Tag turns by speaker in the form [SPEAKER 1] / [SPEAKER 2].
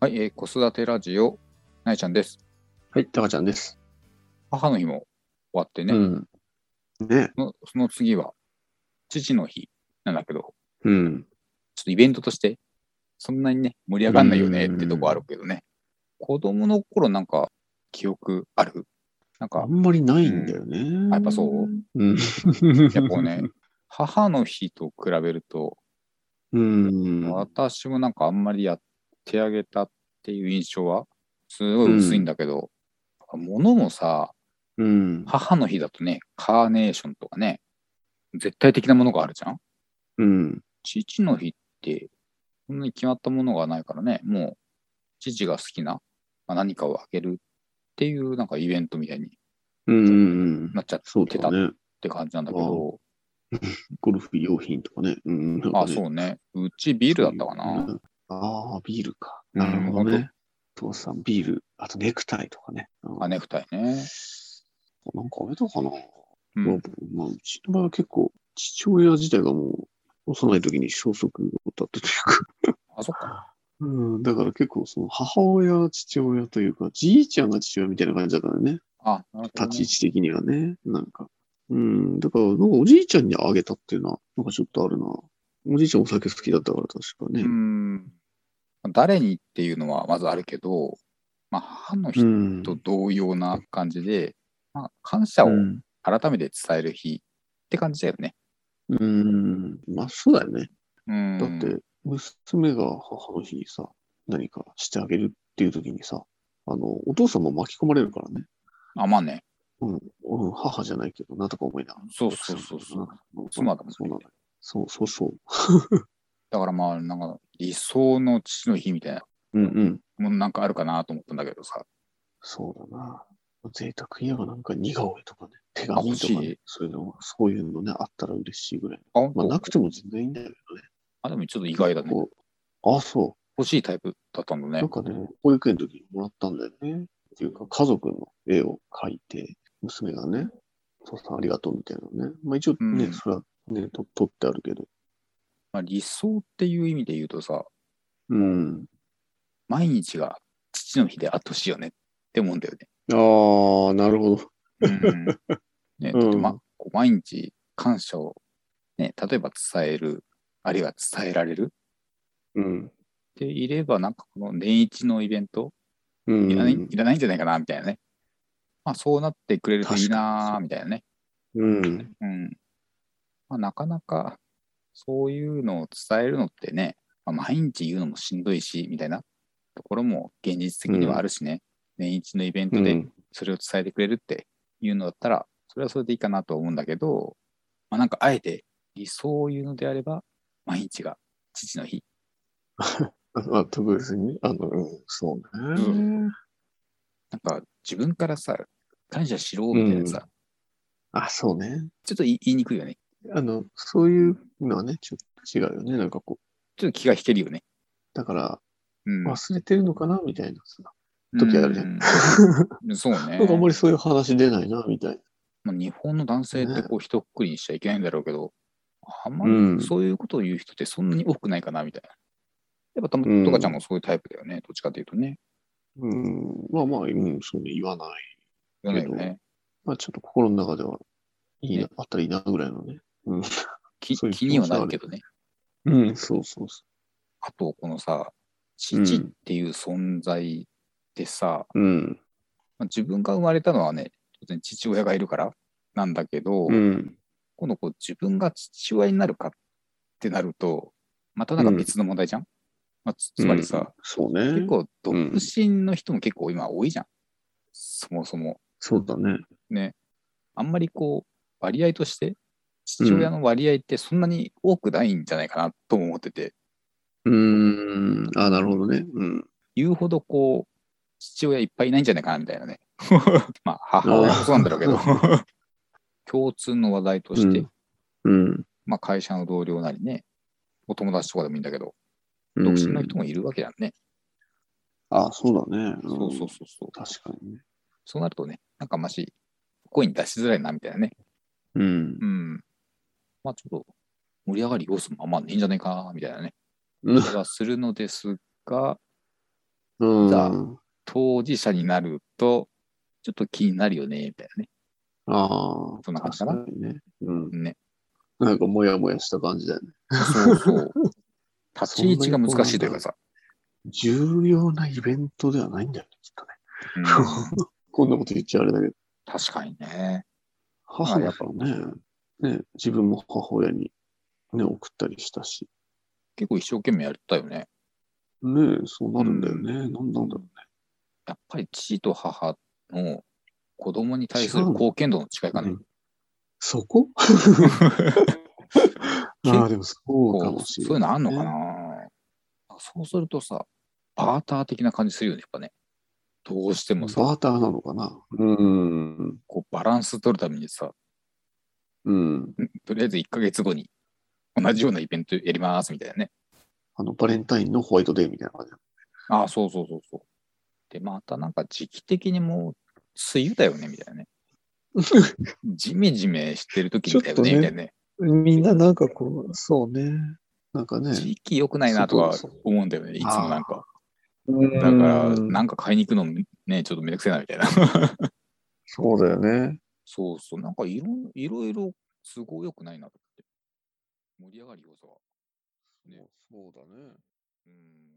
[SPEAKER 1] はい、えー子育てラジオ、なえちゃんです。
[SPEAKER 2] はい、タカちゃんです。
[SPEAKER 1] 母の日も終わってね、
[SPEAKER 2] うん。ね。
[SPEAKER 1] そのその次は父の日なんだけど、
[SPEAKER 2] うん。
[SPEAKER 1] ちょっとイベントとして、そんなにね、盛り上がんないよねってとこあるけどね。子供の頃なんか、記憶あるなん
[SPEAKER 2] あ
[SPEAKER 1] か
[SPEAKER 2] ん、まりないんだよね。
[SPEAKER 1] あやっぱそう
[SPEAKER 2] うん。
[SPEAKER 1] やっぱ ね、母の日と比べると、
[SPEAKER 2] うん。
[SPEAKER 1] 私もなんかあんまりやってあげたっていう印象は、すごい薄いんだけど、物もさ、
[SPEAKER 2] うん。
[SPEAKER 1] 母の日だとね、カーネーションとかね、絶対的なものがあるじゃん
[SPEAKER 2] うん。
[SPEAKER 1] 父の日って、そんなに決まったものがないからね、もう、父が好きな、まあ、何かをあげるっていう、なんかイベントみたいに
[SPEAKER 2] うん。うん。
[SPEAKER 1] なっちゃっ
[SPEAKER 2] そう
[SPEAKER 1] て
[SPEAKER 2] だ
[SPEAKER 1] たっ
[SPEAKER 2] ね。
[SPEAKER 1] て感じなんだけど、
[SPEAKER 2] ゴルフ用品とかね。うん。
[SPEAKER 1] ああ、そうね。うちビールだったかな。
[SPEAKER 2] な。ああ、ビールか。
[SPEAKER 1] うん
[SPEAKER 2] なる
[SPEAKER 1] ほ
[SPEAKER 2] ほど
[SPEAKER 1] ん
[SPEAKER 2] ね。父さん、ビール。あとネクタイとかね。うん
[SPEAKER 1] あ、ネクタイね。
[SPEAKER 2] なんかあれだかな。
[SPEAKER 1] う
[SPEAKER 2] まあ
[SPEAKER 1] ん。
[SPEAKER 2] まあ、うちの場合は結構、父親自体がもう、幼い時に消息を絶ったというか。
[SPEAKER 1] あ、そっか。
[SPEAKER 2] うん、だから結構その母親が父親というか、じいちゃんが父親みたいな感じだったよね。
[SPEAKER 1] あ、なるほど、
[SPEAKER 2] 立ち位
[SPEAKER 1] ね。
[SPEAKER 2] 置的にはね。なんか。うん、だからなんかおじいちゃんにあげたっていうのは、なんかちょっとあるな。おじいちゃんお酒好きだったから確か
[SPEAKER 1] う
[SPEAKER 2] ね。
[SPEAKER 1] ん。誰にっていうのはまずあるけど、まあ、母の
[SPEAKER 2] う
[SPEAKER 1] 日
[SPEAKER 2] ん。
[SPEAKER 1] と同様な感じで、まあ、感謝を
[SPEAKER 2] うん。
[SPEAKER 1] 改めて伝える日って感じだよね。
[SPEAKER 2] うん。まあそうだよね。
[SPEAKER 1] うん。
[SPEAKER 2] だって、娘が母の日にさ、何かしてあげるっていう時にさ、あの、お父さんも巻き込まれるからね。
[SPEAKER 1] あ、まあね。
[SPEAKER 2] うん、うん、母じゃないけど、なんとか思いながら。
[SPEAKER 1] そうそうそうそう。
[SPEAKER 2] うん。
[SPEAKER 1] 妻だもんね
[SPEAKER 2] そうなんだよそうそうそう。
[SPEAKER 1] だからまあ、なんか理想の父の日みたいな
[SPEAKER 2] うんうん。
[SPEAKER 1] ものなんかあるかなと思ったんだけどさ。
[SPEAKER 2] そうだな。贅沢言えばなんか似顔絵とかね、手紙とか、
[SPEAKER 1] 欲し
[SPEAKER 2] ね
[SPEAKER 1] い、
[SPEAKER 2] そういうのが、そういうのね、あったら嬉しいぐらい。
[SPEAKER 1] あ、本
[SPEAKER 2] まあ、
[SPEAKER 1] 当
[SPEAKER 2] なくても全然いいんだけどね。
[SPEAKER 1] あ、でもちょっと意外だね。
[SPEAKER 2] こうあ、そ
[SPEAKER 1] 欲しいタイプだったんだ
[SPEAKER 2] う。な
[SPEAKER 1] ね
[SPEAKER 2] ん。かね、保育園の時にもらったんだよね。っていうか、家族の絵を描いて、娘がね、父さんありがとうみたいなのね。まあ一応ね、
[SPEAKER 1] うん
[SPEAKER 2] それはね、と取ってあるけど。
[SPEAKER 1] まあ、理想っていう意味で言うとさ、
[SPEAKER 2] うん。
[SPEAKER 1] 毎日が父の日であってほしいよねって思うんだよ ね。
[SPEAKER 2] ああ、なるほど。
[SPEAKER 1] うん、ね
[SPEAKER 2] うん
[SPEAKER 1] だってまこう毎日感謝を、ね、例えば伝える、あるいは伝えられる
[SPEAKER 2] うん。
[SPEAKER 1] っていれば、なんかこの年一のイベント、
[SPEAKER 2] うん。
[SPEAKER 1] いらない,、ん、いらないんじゃないかなみたいなね。まあ、そうなってくれるといいなーみたいなね。
[SPEAKER 2] うん。
[SPEAKER 1] うん。まあ、なかなか、そういうのを伝えるのってね、まあ、毎日言うのもしんどいし、みたいなところも現実的にはあるしね、年一のイベン
[SPEAKER 2] う
[SPEAKER 1] トで
[SPEAKER 2] ん。
[SPEAKER 1] それを伝えてくれるっていうのだったら、それはそれでいいかなと思うんだけど、まあ、なんかあえて理想を言うのであれば、毎日が父の日。
[SPEAKER 2] あまあ、特別にね。あの、うん、そうね。
[SPEAKER 1] うんなんか自分からさ、感謝しろみたいなさ、
[SPEAKER 2] あ、そうね。
[SPEAKER 1] ちょっと言い言いにくいよね。
[SPEAKER 2] あの、そういうのはね、ちょっと違うよね。なんかこう、
[SPEAKER 1] ちょっと気が引けるよね。
[SPEAKER 2] だから、
[SPEAKER 1] うん。
[SPEAKER 2] 忘れてるのかなみたいなさ。時あるじゃん
[SPEAKER 1] うん。 そうね。
[SPEAKER 2] なんかあんまりそういう話出ないな、みたい
[SPEAKER 1] まあ、日本の男性って
[SPEAKER 2] ね
[SPEAKER 1] こう一括りにしちゃいけないんだろうけど、あんま
[SPEAKER 2] うん
[SPEAKER 1] りそういうことを言う人ってそんなに多くないかなみたいな。やっぱたま
[SPEAKER 2] うん
[SPEAKER 1] とかちゃんもそういうタイプだよね、どっちかというとね。
[SPEAKER 2] な。うん、まあまあ、うん、そうね、言わない。
[SPEAKER 1] 言わないよね。
[SPEAKER 2] まあ、ちょっと心の中では、いいな、
[SPEAKER 1] ね
[SPEAKER 2] あったらいいな、ぐらいのね。うん、
[SPEAKER 1] き
[SPEAKER 2] そういう
[SPEAKER 1] 気
[SPEAKER 2] 気
[SPEAKER 1] に
[SPEAKER 2] 持
[SPEAKER 1] は
[SPEAKER 2] ちは
[SPEAKER 1] な
[SPEAKER 2] ある
[SPEAKER 1] るけどね。
[SPEAKER 2] うん、そうそうそ
[SPEAKER 1] あと、このさ、
[SPEAKER 2] うん
[SPEAKER 1] 父っていう存在ってさ、
[SPEAKER 2] う。うん、
[SPEAKER 1] まあ、自分が生まれたのはね、当然父親がいるからなんだけど、
[SPEAKER 2] うん、
[SPEAKER 1] 今度こう自分が父親になるかってなると、またなんか別の問題じゃん、まあ、つつまりさ、
[SPEAKER 2] そうね。
[SPEAKER 1] 結構独身の人も結構今多いじゃん。そもそも。
[SPEAKER 2] そうだね。
[SPEAKER 1] ね。あんまりこう、割合として、父親の割合ってそんなに多くないんじゃないかなとも思ってて、
[SPEAKER 2] うん、あ、なるほどね。うん。
[SPEAKER 1] 言うほどこう、父親いっぱいいないんじゃないかなみたいなね。 まあ、母親もそうなんだろうけど、 共通の話題として、
[SPEAKER 2] うんうん。
[SPEAKER 1] まあ会社の同僚なりね、お友達とかでもいいんだけど、
[SPEAKER 2] うん
[SPEAKER 1] 独身の人もいるわけだね。
[SPEAKER 2] あ、そうだね。ん
[SPEAKER 1] そうそうそうそう。
[SPEAKER 2] 確かにね。
[SPEAKER 1] そうなるとね、なんかまし、声に出しづらいなみたいなね。
[SPEAKER 2] うん。
[SPEAKER 1] うん。まあちょっと盛り上がる要素もあんまないんじゃないかな、みたいなね。
[SPEAKER 2] うん
[SPEAKER 1] 気がするのですが、
[SPEAKER 2] うん。
[SPEAKER 1] じゃあ
[SPEAKER 2] あ
[SPEAKER 1] 当事者になると、ちょっと気になるよね、みたいなね。
[SPEAKER 2] あ。
[SPEAKER 1] そんな感じかな
[SPEAKER 2] 確にね。うん。
[SPEAKER 1] ね。
[SPEAKER 2] なんかもやもやした感じだよね。
[SPEAKER 1] そう そう。立ち位置が難しいというかさ。
[SPEAKER 2] 重要なイベントではないんだよね、きっとね。
[SPEAKER 1] うん
[SPEAKER 2] こんなこと言っちゃあれだけど。
[SPEAKER 1] 確かにね。
[SPEAKER 2] 母だからね。ね、自分も母親に、ね、送ったりしたし。
[SPEAKER 1] 結構一生懸命やったよね。
[SPEAKER 2] ねそうなるんだよね。なんなんだろ
[SPEAKER 1] やっぱり父と母の子供に対する貢献度の違いうかね
[SPEAKER 2] ね。。そ こああ、でもそうか
[SPEAKER 1] こ
[SPEAKER 2] も
[SPEAKER 1] う
[SPEAKER 2] しれ
[SPEAKER 1] そういうの
[SPEAKER 2] な
[SPEAKER 1] あ
[SPEAKER 2] い
[SPEAKER 1] ん
[SPEAKER 2] ね、
[SPEAKER 1] のかなそうするとさ、バーター的な感じするよね、やっぱね。どうしてもさ、
[SPEAKER 2] バーターなのかなうん。
[SPEAKER 1] こうバランス取るためにさ、
[SPEAKER 2] うん。
[SPEAKER 1] とりあえず1ヶ月後に同じようなイベントやりますみたいなね。
[SPEAKER 2] あの、バレンタインのホワイトデーみたいな感じ。
[SPEAKER 1] ああ、そうそうそうそう。で、またなんか時期的にもう梅雨だよね、みたいなね。ジメジメしてる時みたいよね、
[SPEAKER 2] ちょ
[SPEAKER 1] み
[SPEAKER 2] っとね
[SPEAKER 1] たいなね。
[SPEAKER 2] みんななんかこう、そうね。なんかね。
[SPEAKER 1] 時期良くないなとか
[SPEAKER 2] そうそう
[SPEAKER 1] 思うんだよね、いつもなんか。だ
[SPEAKER 2] だ
[SPEAKER 1] から、なんか買いに行くのもね、ちょっとめんどくせえな、みたいな。
[SPEAKER 2] そうだよね。
[SPEAKER 1] そうそう、なんかいろんいろいろ都合良くないなと思って。盛り上がり要素は。ね
[SPEAKER 2] そうだね。
[SPEAKER 1] うん